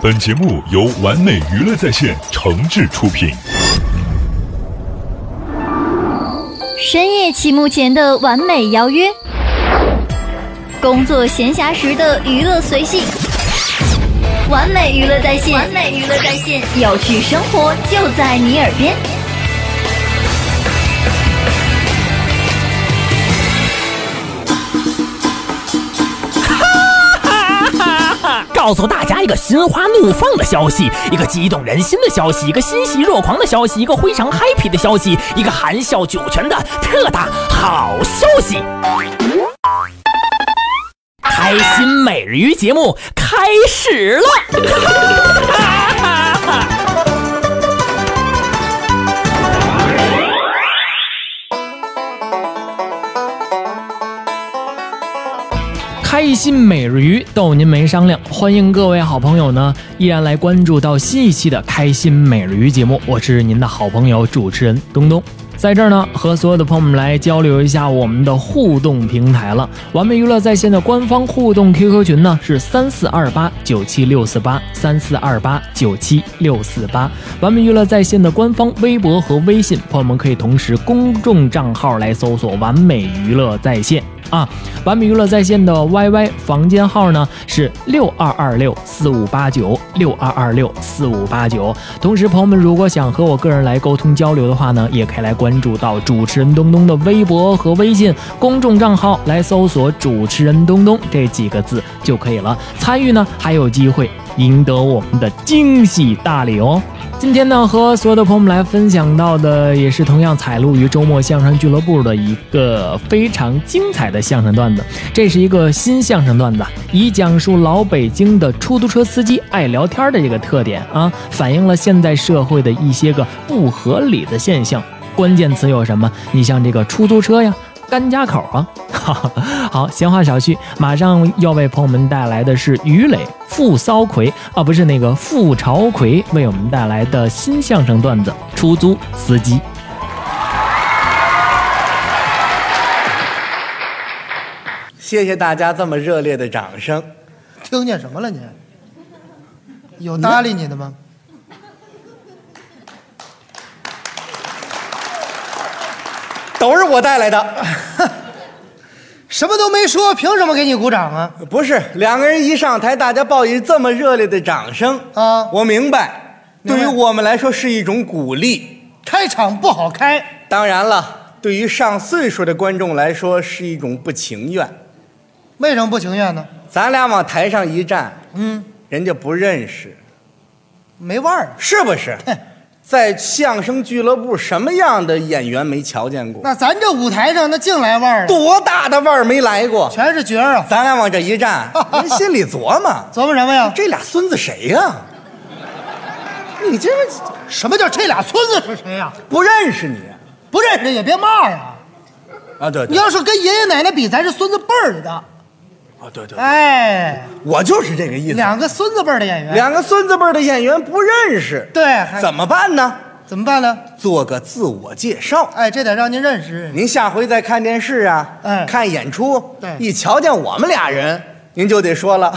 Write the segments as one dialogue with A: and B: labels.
A: 本节目由完美娱乐在线诚挚出品。
B: 深夜起幕前的完美邀约，工作闲暇时的娱乐随性，完美娱乐在线，完美娱乐在线，有趣生活就在你耳边。
C: 告诉大家一个心花怒放的消息，一个激动人心的消息，一个欣喜若狂的消息，一个非常 happy 的消息，一个含笑九泉的特大好消息！开心每日鱼节目开始了。
D: 开心每日鱼逗您没商量，欢迎各位好朋友呢，依然来关注到新一期的开心每日鱼节目，我是您的好朋友主持人东东，在这儿呢和所有的朋友们来交流一下我们的互动平台了。完美娱乐在线的官方互动 QQ 群呢是三四二八九七六四八三四二八九七六四八，完美娱乐在线的官方微博和微信，朋友们可以同时公众账号来搜索“完美娱乐在线”。啊，完美娱乐在线的 YY 房间号呢是六二二六四五八九六二二六四五八九。同时，朋友们如果想和我个人来沟通交流的话呢，也可以来关注到主持人东东的微博和微信公众账号，来搜索“主持人东东”这几个字就可以了。参与呢还有机会赢得我们的惊喜大礼哦。今天呢，和所有的朋友们来分享到的也是同样采录于周末相声俱乐部的一个非常精彩的相声段子。这是一个新相声段子，以讲述老北京的出租车司机爱聊天的这个特点啊，反映了现代社会的一些个不合理的现象。关键词有什么？你像这个出租车呀。甘家口啊， 哈哈，好，闲话少叙，马上要为朋友们带来的是于磊、傅骚奎啊，不是那个傅朝奎为我们带来的新相声段子《出租司机》。
E: 谢谢大家这么热烈的掌声。
F: 听见什么了你？有搭理你的吗？
E: 都是我带来的，
F: 什么都没说，凭什么给你鼓掌啊？
E: 不是两个人一上台，大家报以这么热烈的掌声
F: 啊
E: 我明白，
F: 明
E: 对
F: 白
E: 于我们来说是一种鼓励。
F: 开场不好开，
E: 当然了，对于上岁数的观众来说是一种不情愿。
F: 为什么不情愿呢？
E: 咱俩往台上一站，
F: 嗯，
E: 人家不认识，
F: 没腕儿啊。
E: 是不是？在相声俱乐部，什么样的演员没瞧见过？
F: 那咱这舞台上那净来腕儿啊，
E: 多大的腕儿没来过？
F: 全是角儿啊。
E: 咱俩往这一 站，人心里琢磨。
F: 琢磨什么呀？
E: 这俩孙子谁呀、你这
F: 什么叫这俩村子是谁呀、
E: 不认识你
F: 不认识也别骂呀。
E: 啊？对
F: 你要是跟爷爷奶奶比，咱是孙子辈儿的。
E: 啊对对，
F: 哎，
E: 我就是这个意思。两
F: 两个孙子辈儿的演员，
E: 哎个孙子辈儿的演员不认识，
F: 对，还
E: 怎么办呢？
F: 怎么办呢？
E: 做个自我介绍。
F: 哎，这得让您认识认识。
E: 您下回再看电视啊，
F: 哎
E: 看演出，
F: 对
E: 一瞧见我们俩人，您就得说 了，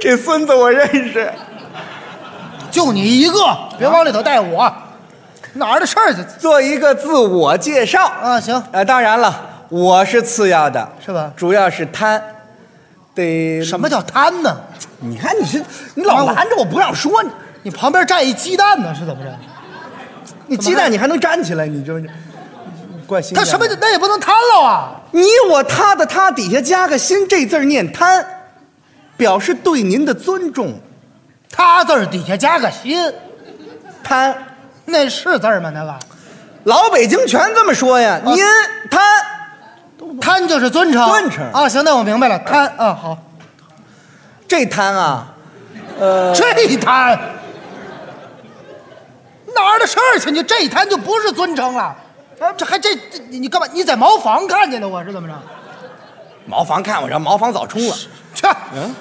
E: 这孙子我认识。
F: 就你一个，别往里头带我，哪儿的事儿去？
E: 做一个自我介绍啊
F: 啊，行，
E: 呃，当然了，我是次要的，
F: 是吧
E: 主要是贪，得
F: 什么叫贪呢？啊
E: 你看你是你老拦着我不让说你，
F: 你旁边站一鸡蛋呢，是怎么着？
E: 你鸡蛋你还能站起来，你这不是怪心
F: 他
E: 眼
F: 什么
E: 的
F: 那也不能贪了啊！
E: 你我他的他底下加个心，这字儿念贪，表示对您的尊重。
F: 他字儿底下加个心，
E: 贪，
F: 那是字儿吗？那个
E: 老北京全这么说呀，
F: 啊
E: 您贪。
F: 贪就是尊称，
E: 尊称
F: 啊！行，那我明白了，贪啊，好，
E: 这贪啊，
F: 这一贪哪儿的事儿去？你这一贪就不是尊称了。啊这还这这你你干嘛？你在茅房看见的我是怎么着？
E: 茅房看我这茅房早冲了，
F: 去，
E: 嗯，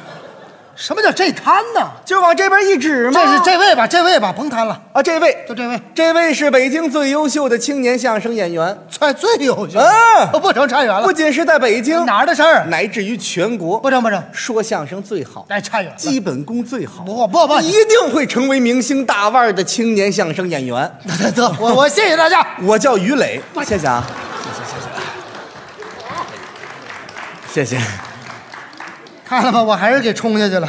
F: 什么叫这摊呢？
E: 就往这边一指嘛。
F: 这是这位吧，这位吧，甭摊了，
E: 啊，这位，
F: 就这位，
E: 这位是北京最优秀的青年相声演员，
F: 最最优秀
E: 啊
F: 嗯不成差远了，
E: 不仅是在北京，
F: 哪儿的事儿？
E: 乃至于全国，
F: 不成不成，
E: 说相声最好，
F: 哎，差远了，
E: 基本功最好，
F: 不不不，
E: 一定会成为明星大腕儿的青年相声演员。
F: 得得，我我谢谢大家，
E: 我叫于磊，谢谢啊，谢谢谢谢，谢谢，
F: 看了吗？我还是给冲下去了，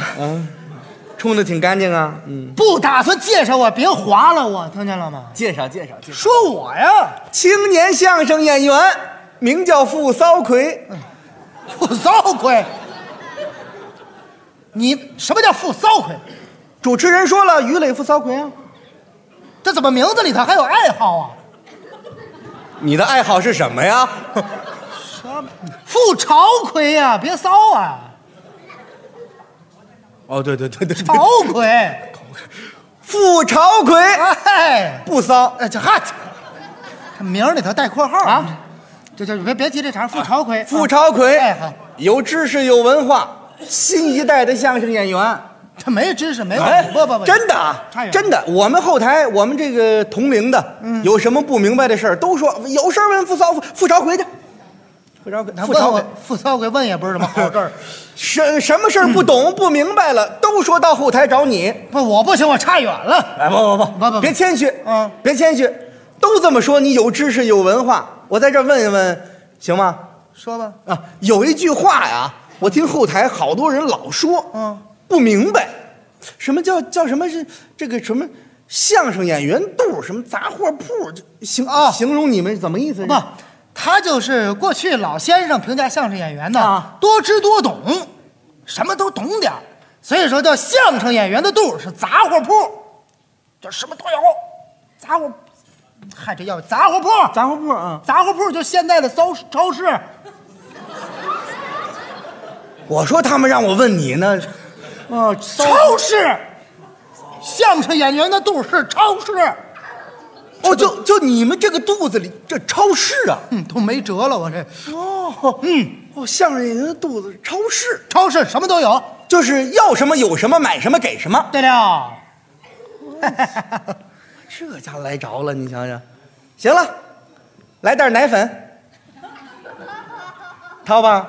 E: 冲的挺干净啊，嗯，
F: 不打算介绍我，别划了我，听见了吗？
E: 介绍介绍介绍，
F: 说我 呀，
E: 青年相声演员，名叫付骚奎，
F: 付骚亏，你什么叫付骚亏？
E: 主持人说了，于磊付骚奎啊，
F: 这怎么名字里头还有爱好啊？
E: 你的爱好是什么呀？
F: 付朝亏呀、别骚 啊，
E: 哦，对对对对，
F: 朝亏，
E: 付朝奎
F: 哎，
E: 不骚，
F: 哎这嗨，这名儿里头带括号啊，这这别别提这茬，付朝亏，
E: 啊付朝奎
F: 哎好，
E: 有知识有文化，新一代的相声演员。
F: 这没知识没有，
E: 哎，
F: 不不不，
E: 真的啊
F: 差，远
E: 真的，我们后台，我们这个同龄的，有什么不明白的事儿，都说有事儿问付骚付付朝奎去，付朝奎，
F: 那
E: 付
F: 问
E: 朝奎
F: 我，付骚鬼问也不是什么好事儿，
E: 什什么事儿不懂、不明白了，都说到后台找你。
F: 不，我不行，我差远了。
E: 哎，不不不
F: 不不
E: 别谦虚，
F: 嗯
E: 别谦虚，都这么说，你有知识有文化，我在这儿问一问，行吗？
F: 说吧，
E: 啊，有一句话呀，我听后台好多人老说，
F: 嗯，
E: 不明白，什么叫叫什么是这个什么相声演员肚什么杂货铺这形
F: 啊
E: 形容你们怎么意思？
F: 不，他就是过去老先生评价相声演员呢，
E: 啊
F: 多知多懂，什么都懂点儿所以说叫相声演员的肚儿是杂货铺，就什么都有，杂货，嗨，这要杂货铺，
E: 杂货铺啊，
F: 杂货铺就现在的超超市，
E: 我说他们让我问你呢，啊，骚
F: 超市，相声演员的肚儿是超市，
E: 哦，就就你们这个肚子里这超市啊，
F: 嗯，都没辙了，我这
E: 哦，嗯，哦，相声演员的肚子超市，
F: 超市什么都有。
E: 就是要什么有什么，买什么给什么，
F: 对了。
E: 这家来着了，你想想，行了，来袋奶粉，掏吧。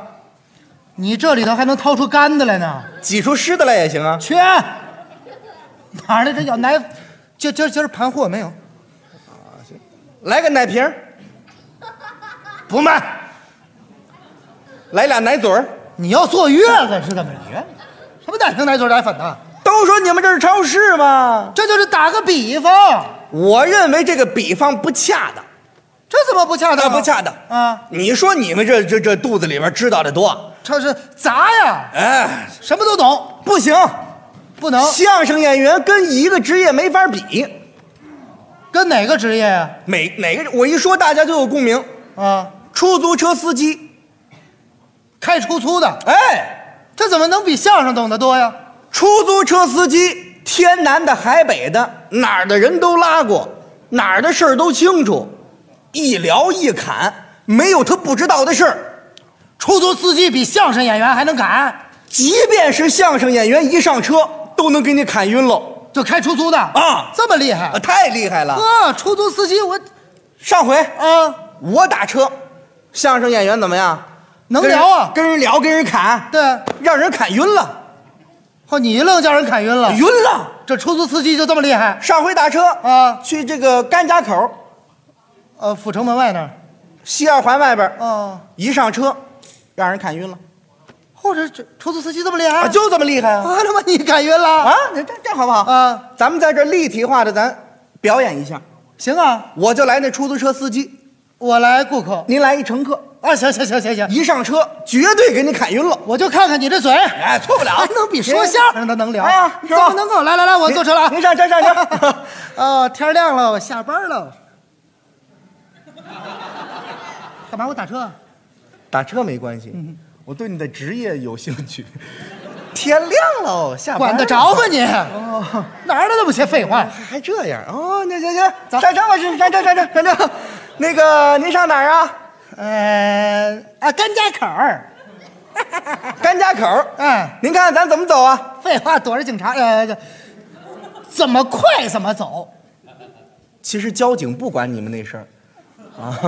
F: 你这里头还能掏出干的来呢？
E: 挤出湿的来也行啊。
F: 去，哪儿来这叫奶？今今今儿盘货没有？
E: 来个奶瓶儿，
F: 不卖。
E: 来俩奶嘴儿。
F: 你要坐月子是怎么着？什么奶瓶、奶嘴、奶粉的？
E: 都说你们这是超市吗？
F: 这就是打个比方，
E: 我认为这个比方不恰当，
F: 这怎么不恰
E: 那
F: 当、
E: 不恰当
F: 啊！
E: 你说你们这这这肚子里边知道的多，
F: 这是砸呀，
E: 哎，
F: 什么都懂，
E: 不行，
F: 不能
E: 相声演员跟一个职业没法比。
F: 跟哪个职业呀、
E: 每哪个我一说大家就有共鸣，
F: 啊？
E: 出租车司机，
F: 开出租的，
E: 哎，
F: 这怎么能比相声懂得多呀？
E: 出租车司机，天南的、海北的，哪儿的人都拉过，哪儿的事儿都清楚，一聊一侃，没有他不知道的事儿。
F: 出租司机比相声演员还能赶，
E: 即便是相声演员一上车都能给你砍晕喽，
F: 就开出租的
E: 啊
F: 这么厉害
E: 啊，太厉害了！
F: 啊！出租司机我
E: 上回
F: 啊，
E: 我打车，相声演员怎么样？
F: 能聊啊
E: 跟人跟人聊，跟人砍，
F: 对，
E: 让人砍晕了，
F: 哦，你一愣叫人啊砍晕了，
E: 晕了。
F: 这出租司机就这么厉害？
E: 上回打车
F: 啊
E: 去这个甘家口
F: 呃，阜成门外那儿，
E: 西二环外边儿，
F: 啊，
E: 一上车让人砍晕了
F: 或者这出租司机这么厉害？
E: 啊，就这么厉害啊！
F: 啊他妈你砍晕了
E: 啊，你这这样好不好？
F: 啊，
E: 咱们在这立体化的咱表演一下，
F: 行啊，
E: 我就来那出租车司机，
F: 我来顾客
E: 您来一乘客，
F: 啊，行行行行行，
E: 一上车绝对给你砍晕了。
F: 我就看看你这嘴，
E: 哎，错不了，
F: 还能比说相声的能聊？
E: 哎呀，
F: 你
E: 是
F: 怎
E: 吧
F: 么能够？来来来，我
E: 您
F: 坐车了啊，
E: 您上车上车。
F: 哦，天亮了，我下班了。干嘛？我打车啊？
E: 打车没关系，
F: 嗯
E: 我对你的职业有兴趣。天亮喽，下班
F: 管得
E: 了
F: 着吗？你？
E: 哦，
F: 哪儿来那么些废话？
E: 还这样哦，那行行，上车吧，是上车上车上车。那个您上哪儿啊？
F: 呃啊，甘家口儿。
E: 甘家口，
F: 哎，
E: 您看咱怎么走啊？
F: 废话，躲着警察，呃，这怎么快怎 么走，
E: 其实交警不管你们那事儿，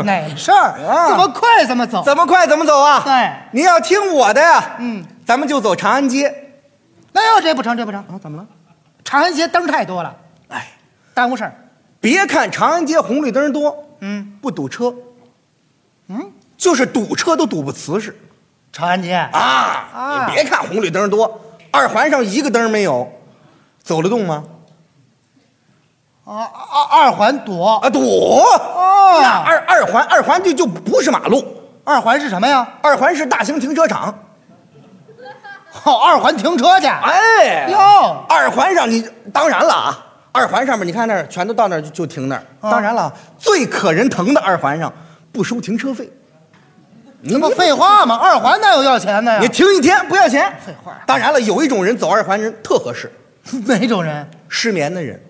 F: 哪事儿？
E: 啊
F: 怎么快怎么走？
E: 怎么快怎么走啊？
F: 对
E: 您要听我的呀。
F: 嗯，
E: 咱们就走长安街。
F: 哎呦，这不成，这不成，
E: 啊，怎么了？
F: 长安街灯太多了，
E: 哎，
F: 耽误事儿。
E: 别看长安街红绿灯多，
F: 嗯，
E: 不堵车。嗯，就是堵车都堵不瓷实
F: 长安街
E: 啊！你别看红绿灯多，二环上一个灯没有，走得动吗？
F: 啊，二二环堵，
E: 啊，堵！
F: 哦
E: 那二二环二环就就不是马路，
F: 二环是什么呀？
E: 二环是大型停车场。
F: 哦，二环停车去。
E: 哎
F: 哟
E: 二环上你当然了啊，二环上面你看那儿全都到那儿就就停那儿。
F: 啊
E: 当然了，最可人疼的二环上不收停车费，
F: 这不废话吗？二环哪有要钱的
E: 你
F: 呀？
E: 停一天不要钱。
F: 废话
E: 当然了，有一种人走二环人特合适，
F: 哪种人
E: 失眠的人。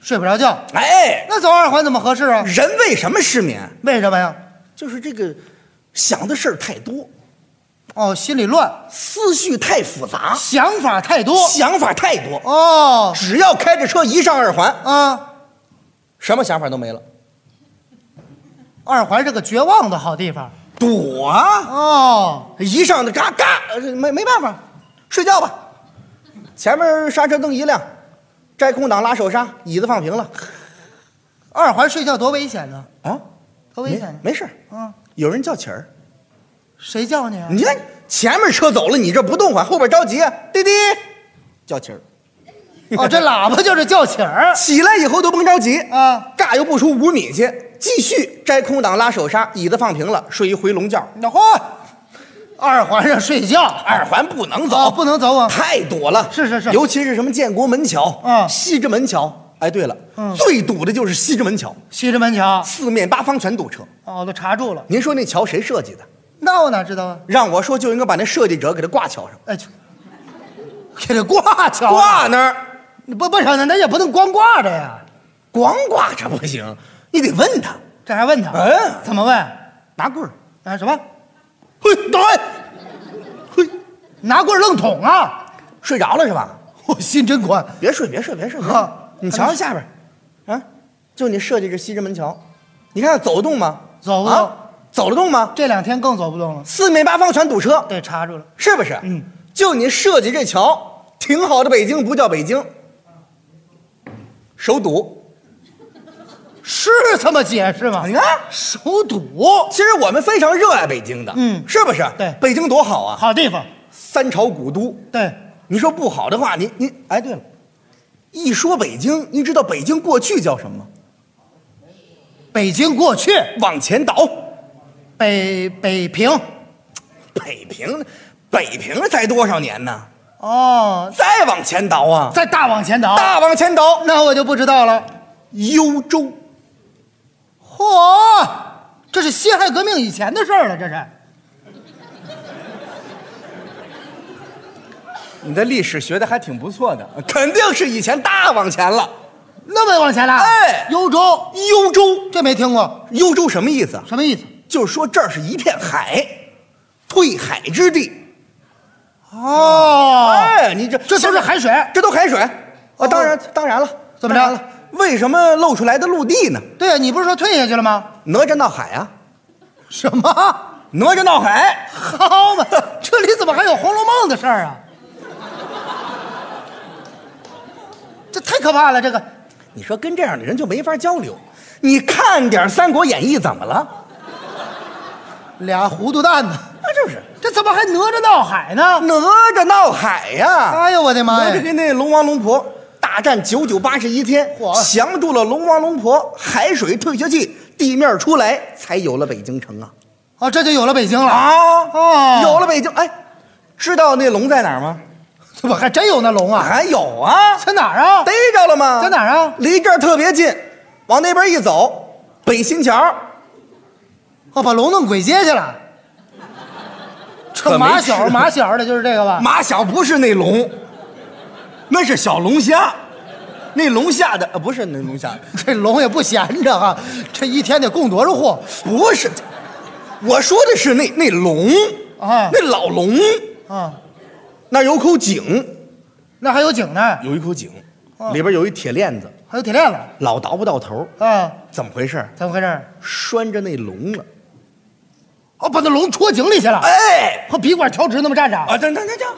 F: 睡不着觉？
E: 哎，
F: 那走二环怎么合适啊？
E: 人为什么失眠？
F: 为什么呀？
E: 就是这个想的事儿太多，
F: 哦，心里乱，
E: 思绪太复杂，
F: 想法太多。
E: 想法太多。
F: 哦，
E: 只要开着车一上二环，
F: 啊，
E: 什么想法都没了。
F: 二环是个绝望的好地方。
E: 堵啊！
F: 哦，
E: 一上的嘎嘎，呃没没办法，睡觉吧。前面刹车灯一亮，摘空挡拉手刹，椅子放平了
F: 二环睡觉多危险呢，
E: 啊，
F: 多危
E: 没
F: 险呢。
E: 没事儿，
F: 嗯，
E: 有人叫起儿。
F: 谁叫你啊？
E: 你看前面车走了，你这不动唤，后边着急啊，滴滴叫起儿。
F: 哦，这喇叭就是叫起儿。
E: 起来以后都甭着急
F: 啊，
E: 尬又不出五米去，继续摘空挡拉手刹，椅子放平了，睡一回笼觉。
F: 那嚯，二环上睡觉，
E: 二环不能
F: 哦，
E: 走，
F: 不能走啊。
E: 太堵了，
F: 是是是
E: 尤其是什么建国门桥，
F: 嗯
E: 西直门桥。哎，对了，
F: 嗯
E: 最堵的就是西直门桥，
F: 西直门桥，
E: 四面八方全堵车。
F: 哦，都查住了。
E: 您说那桥谁设计的？
F: 那我哪知道啊？
E: 让我说就应该把那设计者给他挂桥上，
F: 哎，去，给他挂桥
E: 挂那儿，
F: 不不成，那也不能光挂着呀。
E: 光挂着不行，你得问他，
F: 这还问他？
E: 嗯
F: 怎么问？
E: 拿棍儿，
F: 啊什么？
E: 嘿，等会，嘿，
F: 拿棍儿愣捅啊！
E: 睡着了是吧？
F: 我心真宽。
E: 别睡，别睡，别睡，别睡
F: 啊
E: 你瞧瞧下边儿，啊，就你设计这西直门桥，你看走得动吗？
F: 走不动
E: 啊，走得动吗？
F: 这两天更走不动了，
E: 四面八方全堵车，
F: 对，查住了。
E: 是不是？
F: 嗯，
E: 就你设计这桥，挺好的北京不叫北京，首堵。
F: 是这么解释吗？
E: 你看，
F: 手堵，
E: 其实我们非常热爱北京的，
F: 嗯
E: 是不是？
F: 对
E: 北京多好啊，
F: 好地方。
E: 三朝古都。
F: 对，
E: 你说不好的话，你你哎，对了，一说北京，您知道北京过去叫什么吗？
F: 北京过去，
E: 往前倒，
F: 北北平。
E: 北平，北平才多少年呢？
F: 哦，
E: 再往前倒啊，
F: 再大往前倒，
E: 大往前倒，
F: 那我就不知道了。
E: 幽州。
F: 嚯，这是辛亥革命以前的事儿了，这是。
E: 你的历史学的还挺不错的，肯定是以前大往前了。
F: 那么往前了？
E: 哎
F: 幽州，
E: 幽州，
F: 这没听过，
E: 幽州什么意思啊？
F: 什么意思？
E: 就是说这儿是一片海，退海之地。
F: 哦，
E: 哎，你这
F: 这都是海水。
E: 这都海水啊！当然，当然了，
F: 怎么
E: 当然
F: 着
E: 了？为什么露出来的陆地呢？
F: 对呀，啊你不是说退下去了吗？
E: 哪吒闹海啊！
F: 什么？
E: 哪吒闹海，
F: 好嘛，这里怎么还有《红楼梦》的事儿啊？这太可怕了！这个
E: 你说跟这样的人就没法交流。你看点《三国演义》怎么了？
F: 俩糊涂蛋呢，
E: 那就是
F: 这怎么还哪吒闹海呢？
E: 哪吒闹海呀、
F: 哎呦我的妈
E: 哪吒
F: 呀！
E: 跟那龙王龙婆大战九九八十一天
F: 嚯，
E: 降住了龙王龙婆，海水退下去，地面出来，才有了北京城啊！
F: 哦，这就有了北京了
E: 啊
F: 哦，
E: 有了北京，哎，知道那龙在哪儿吗？
F: 怎么还真有那龙啊？
E: 还有啊，
F: 在哪儿啊？
E: 逮着了吗？
F: 在哪儿啊？
E: 离这儿特别近，往那边一走，北新桥。
F: 哦，把龙弄鬼街去了。
E: 可
F: 这
E: 没
F: 马
E: 吃
F: 小马小的就是这个吧？
E: 马小不是那龙，那是小龙虾，那龙虾的呃不是那龙虾，
F: 这龙也不闲着啊，这一天得供多少货？
E: 不是，我说的是那那龙。
F: 啊
E: 那老龙
F: 啊，
E: 那儿有口井，
F: 那还有井呢，
E: 有一口井，里边有一铁链子，
F: 还有铁链子
E: 老倒不到头儿，
F: 啊，
E: 怎么回事儿？
F: 怎么回事？
E: 拴着那龙了。
F: 哦，把那龙戳井里去了，
E: 哎，
F: 和鼻管调直那么站着。
E: 啊，等等等等，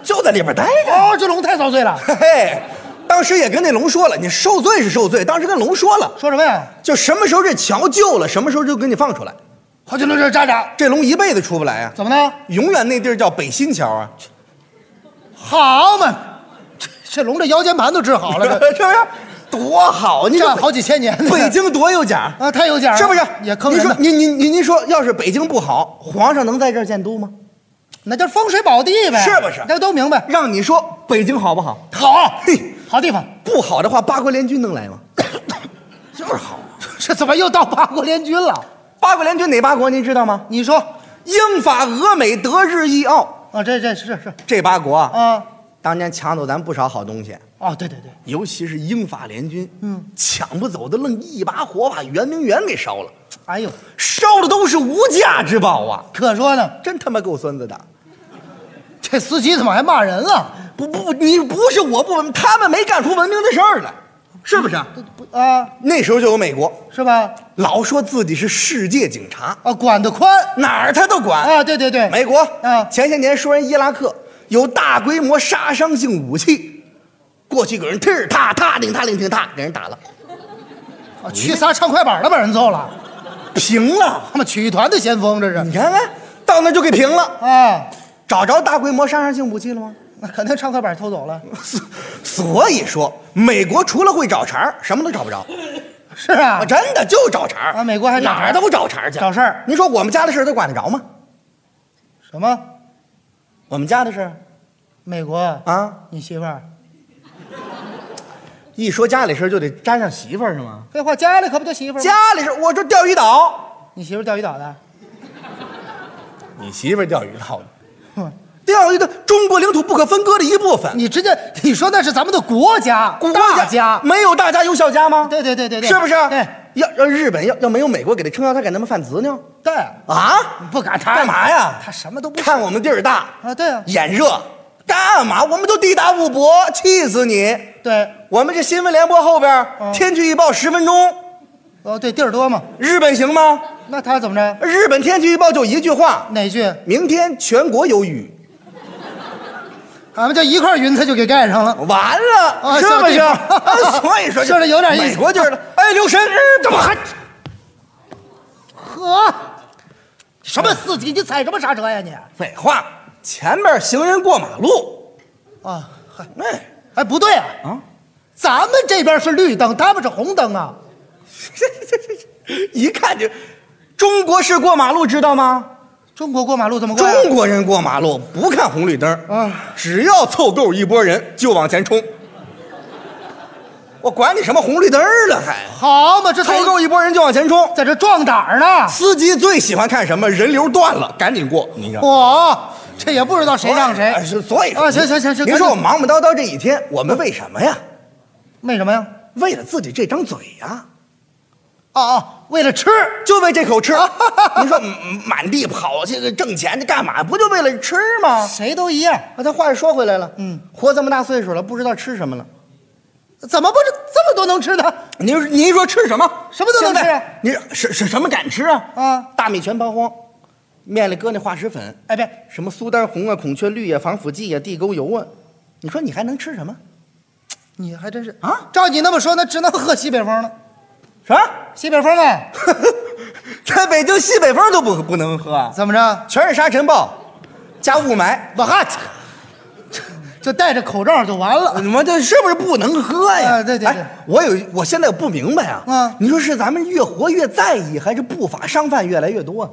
E: 就在里边待着。
F: 哦，这龙太遭罪了。
E: 嘿嘿，当时也跟那龙说了，你受罪是受罪，当时跟龙说了，
F: 说什么呀？
E: 就什么时候这桥救了，什么时候就给你放出来。
F: 好久龙这站着，
E: 这龙一辈子出不来啊，
F: 怎么呢？
E: 永远那地儿叫北新桥啊，
F: 好嘛，这这龙这腰间盘都治好了，这
E: 是不是？多好！你
F: 站
E: 说
F: 好几千 年。
E: 北京多有奖
F: 啊，太有奖了，
E: 是不是？
F: 也坑
E: 您
F: 人
E: 说，
F: 呢。
E: 您您您您说，要是北京不好，皇上能在这儿建都吗？
F: 那叫风水宝地呗，
E: 是不是
F: 这都明白。
E: 让你说北京好不好？
F: 好
E: 嘿，
F: 好地方。
E: 不好的话，八国联军能 来吗？就是好。
F: 这怎么又到八国联军了？
E: 八国联军哪八国您知道吗？
F: 你说
E: 英法俄美德日意奥
F: 啊，这这是是
E: 这八国啊，
F: 啊，
E: 当年抢走咱不少好东西，
F: 哦，对对对，
E: 尤其是英法联军，嗯，抢不走的，愣一把火把圆明园给烧了，
F: 哎呦，
E: 烧的都是无价之宝啊！
F: 可说呢，
E: 真他妈够孙子的！
F: 这司机怎么还骂人啊了？
E: 不不，你不是我不文明，他们没干出文明的事儿来，是不是？
F: 不啊，
E: 那时候就有美国，
F: 是吧？
E: 老说自己是世界警察，
F: 啊，管得宽
E: 哪儿他都管。
F: 啊，对对对，
E: 美国，
F: 啊
E: 前些年说人伊拉克有大规模杀伤性武器，过去给人踢儿踏踏顶踏顶踢踏给人打了，
F: 啊去仨唱快板的把人揍了，
E: 平了。
F: 他妈曲艺团的先锋这
E: 你
F: 是
E: 看看，到那就给平了。
F: 啊，
E: 找着大规模杀伤性武器了吗？
F: 那肯定唱快板偷走 了，
E: 所所以说，美国除了会找茬儿，什么都找不着。
F: 是啊
E: 啊，，真的就找茬儿
F: 啊美国还找茬儿
E: 哪儿都找茬儿去，
F: 找事儿
E: 您说我们家的事儿他管得着吗？
F: 什么
E: 我们家的事儿
F: 美国啊，
E: 啊，
F: 你媳妇儿，
E: 一说家里事儿就得沾上媳妇儿是吗？
F: 废话，家里可不就媳妇儿吗？
E: 家里事儿，我这钓鱼岛，
F: 你媳妇儿钓鱼岛的，
E: 你媳妇儿钓鱼岛的
F: 哼，
E: 钓鱼的中国领土不可分割的一部分。
F: 你直接你说那是咱们的国家，
E: 国
F: 大家，
E: 没有大家有小家吗？
F: 对对对对对，
E: 是不是？
F: 对
E: 要要日本要要没有美国给他撑腰，他敢那么贩子呢？
F: 对。
E: 啊？
F: 不敢他
E: 干嘛呀？
F: 他什么都不
E: 看我们地儿大，
F: 啊，对啊，
E: 眼热，干嘛？我们都地大物博，气死你！
F: 对，
E: 我们这新闻联播后边儿，
F: 嗯
E: 天气预报十分钟，
F: 哦，对，地儿多嘛，
E: 日本行吗？
F: 那他怎么着？
E: 日本天气预报就一句话：
F: 哪句？
E: 明天全国有雨。
F: 俺们就一块云，他就给盖上了。
E: 完了，
F: 啊
E: 是不是？
F: 小地方
E: 啊所以说
F: 说得有点意思
E: 美国就是的，哎，留神，哎怎么还？
F: 呵，什么司机？你踩什么刹车呀你？
E: 废话，前面行人过马路，
F: 啊，嗨，
E: 哎，
F: 哎，不对啊，
E: 啊，
F: 咱们这边是绿灯，他们是红灯啊。
E: 这这这这，一看就，中国式过马路知道吗？
F: 中国过马路怎么啊过呀？
E: 中国人过马路不看红绿灯
F: 啊
E: 只要凑够一拨人就往前冲。我管你什么红绿灯了，还
F: 好嘛，这
E: 凑够一拨人就往前冲。
F: 在这壮胆 儿呢。
E: 司机最喜欢看什么？人流断了，赶紧过。你看
F: 我这也不知道谁让谁
E: 哎。是所以
F: 啊，行行行行，
E: 您说我
F: 赶紧
E: 忙忙叨叨这一天，我们为什么呀？
F: 为什么呀？
E: 为了自己这张嘴呀，
F: 哦哦，为了吃。
E: 就为这口吃。您说嗯满地跑这个挣钱，这干嘛？不就为了吃吗？
F: 谁都一样，
E: 啊，他话又说回来了，
F: 嗯，
E: 活这么大岁数了，不知道吃什么了。
F: 怎么不是这么多能吃的？
E: 您您说吃什么？
F: 什么都能吃
E: 现在您什什什么敢吃啊？
F: 啊，
E: 大米全抛荒，面里搁那化石粉，
F: 哎，别，
E: 什么苏丹红啊、孔雀绿啊、防腐剂啊、地沟油啊，你说你还能吃什么？
F: 你还真是
E: 啊！
F: 照你那么说，那只能喝西北风了。
E: 啥？
F: 西北风啊，
E: 在北京西北风都不不能喝啊，
F: 怎么着？
E: 全是沙尘暴，加雾霾。
F: 我哈，就戴着口罩就完了。
E: 你们这是不是不能喝呀？
F: 啊对对对
E: 哎我有，我现在不明白啊。
F: 嗯
E: 你说是咱们越活越在意，还是不法商贩越来越多啊？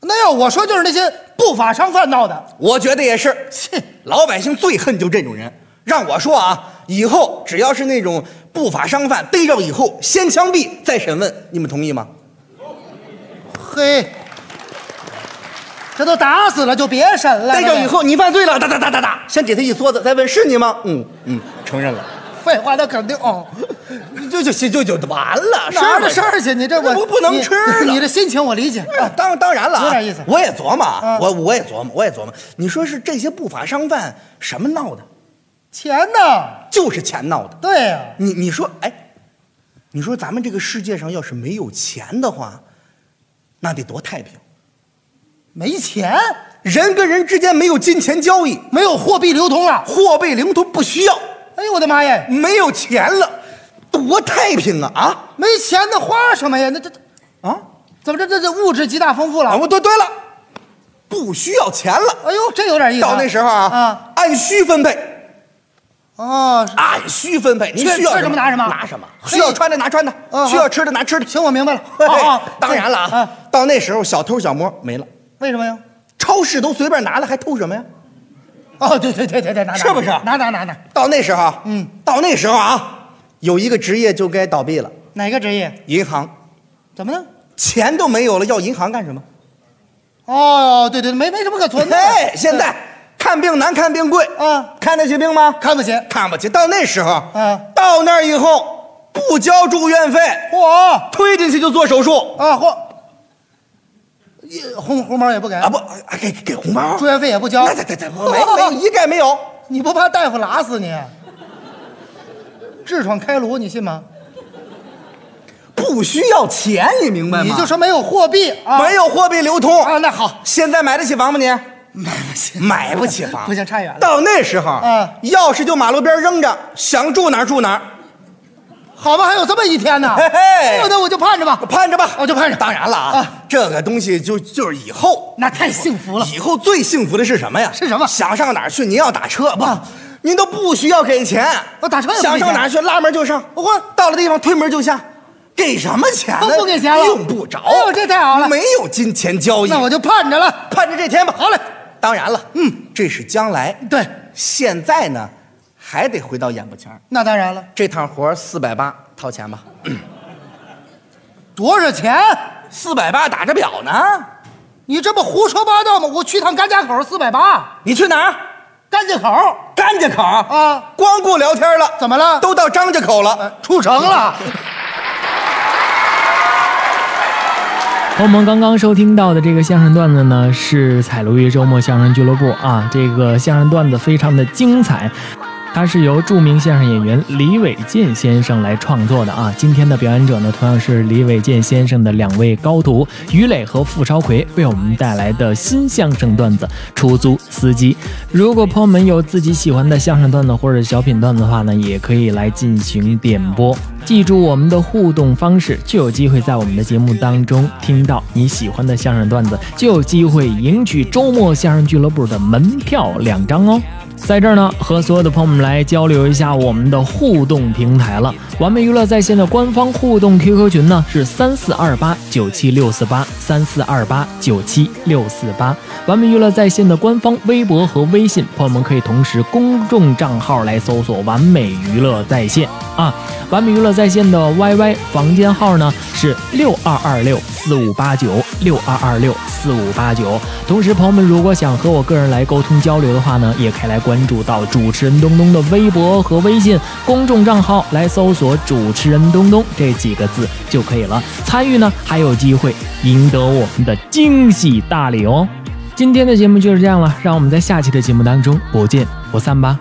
F: 那要我说，就是那些不法商贩闹的。
E: 我觉得也是，
F: 切，
E: 老百姓最恨就这种人。让我说啊，以后只要是那种不法商贩逮着以后，先枪毙再审问，你们同意吗？
F: 嘿，这都打死了，就别审了。
E: 逮着以后你犯罪了，哒哒哒哒哒，先给他一梭子，再问是你吗？嗯嗯，承认了。
F: 那得，废话那肯定哦。
E: 就就就就就完了，
F: 哪儿的
E: 是
F: 事
E: 吧
F: 儿去？你这我
E: 那不不能吃的
F: 你。你这心情我理解。
E: 哎当当然了啊，
F: 有点意思
E: 我也琢磨啊，
F: 嗯
E: 我我也琢磨，我也琢磨。你说是这些不法商贩什么闹的？
F: 钱呢？
E: 就是钱闹的。
F: 对呀，
E: 你你说，哎，你说咱们这个世界上要是没有钱的话，那得多太平！
F: 没钱，
E: 人跟人之间没有金钱交易，
F: 没有货币流通了。
E: 货币流通不需要，
F: 哎呦我的妈呀！
E: 没有钱了，多太平啊啊！
F: 没钱那花什么呀？那这这
E: 啊，
F: 怎么这这这物质极大丰富了
E: 啊，？我对对了，不需要钱了。
F: 哎呦，这有点意思啊。
E: 到那时候啊，
F: 啊
E: 按需分配，
F: 哦，
E: 按需分配，您
F: 缺
E: 需要
F: 缺什么拿什么
E: 拿什么，
F: 嘿
E: 需要穿的拿穿的，
F: 嗯
E: 需要吃的拿吃的。
F: 行，我明白了。
E: 嘿嘿
F: 哦哦
E: 当然了啊，
F: 嗯
E: 到那时候小偷小摸没了，
F: 为什么呀？
E: 超市都随便拿了，还偷什么呀？
F: 哦，对对对对对，拿拿
E: 是不啊是
F: 拿拿拿拿，
E: 到那时候啊，
F: 嗯，
E: 到那时候啊，有一个职业就该倒闭了，
F: 哪个职业？
E: 银行，
F: 怎么了？
E: 钱都没有了，要银行干什么？
F: 哦，嗯对对，没没什么可存的。
E: 哎，现在看病难看病贵
F: 啊
E: 看得起病吗？
F: 看不起
E: 看不起。到那时候，
F: 嗯
E: 到那儿以后不交住院费，
F: 嚯
E: 推进去就做手术
F: 啊嚯，一红红包也不给
E: 啊！不，啊给给红包，
F: 住院费也不交
E: 那，这这这没没有 一概没有。
F: 你不怕大夫拉死你？痔疮开颅，你信吗？
E: 不需要钱，你明白吗？
F: 你就说没有货币啊？
E: 哎没有货币流通
F: 啊？那好，
E: 现在买得起房吗？你
F: 买不起，
E: 买不啊起房，
F: 不行，差远了。
E: 到那时候，
F: 嗯
E: 钥匙就马路边扔着，想住哪儿住哪儿，
F: 好吧，还有这么一天呢？
E: 嘿嘿
F: 哎呦，那我就盼着吧。
E: 盼着吧，
F: 我就盼着
E: 当然了啊
F: 啊，
E: 这个东西就就是以后，
F: 那太幸福了。
E: 以后最幸福的是什么呀？
F: 是什么啊
E: 想上哪儿去？您要打车不？您都不需要给钱，
F: 我打车也不给
E: 想
F: 钱
E: 上哪儿去，拉门就上。我到了地方推门就下，给什么钱呢？
F: 都啊不给钱了
E: 用不着。
F: 哎呦这太好了
E: 没有金钱交易，
F: 那我就盼着了。
E: 盼着这天吧。好嘞，当然了，嗯，这是将来，
F: 对，
E: 现在呢，还得回到眼巴前儿。
F: 那当然了，
E: 这趟活四百八，掏钱吧。
F: 多少钱？
E: 四百八打着表呢，
F: 你这不胡说八道吗？我去趟甘家口四百八，
E: 你去哪儿？
F: 甘家口
E: 甘家口
F: 啊，
E: 光顾聊天了，
F: 怎么了？
E: 都到张家口了？
F: 出城了。
D: 我们刚刚收听到的这个相声段子呢，是彩芦鱼周末相声俱乐部啊。这个相声段子非常的精彩，它是由著名相声演员李伟健先生来创作的啊。今天的表演者呢，同样是李伟健先生的两位高徒于磊和付超奎为我们带来的新相声段子《出租司机》。如果朋友们有自己喜欢的相声段子或者小品段子的话呢，也可以来进行点播。记住我们的互动方式，就有机会在我们的节目当中听到你喜欢的相声段子，就有机会赢取周末相声俱乐部的门票两张哦。在这儿呢，和所有的朋友们来交流一下我们的互动平台了。完美娱乐在线的官方互动 QQ 群呢是三四二八九七六四八三四二八九七六四八。完美娱乐在线的官方微博和微信，朋友们可以同时公众账号来搜索“完美娱乐在线”啊。完美娱乐在线的 YY 房间号呢是六二二六四五八九六二二六四五八九。同时，朋友们如果想和我个人来沟通交流的话呢，也可以来关注到主持人东东的微博和微信公众账号，来搜索“主持人东东”这几个字就可以了。参与呢，还有机会赢得我们的惊喜大礼哦！今天的节目就是这样了，让我们在下期的节目当中不见不散吧。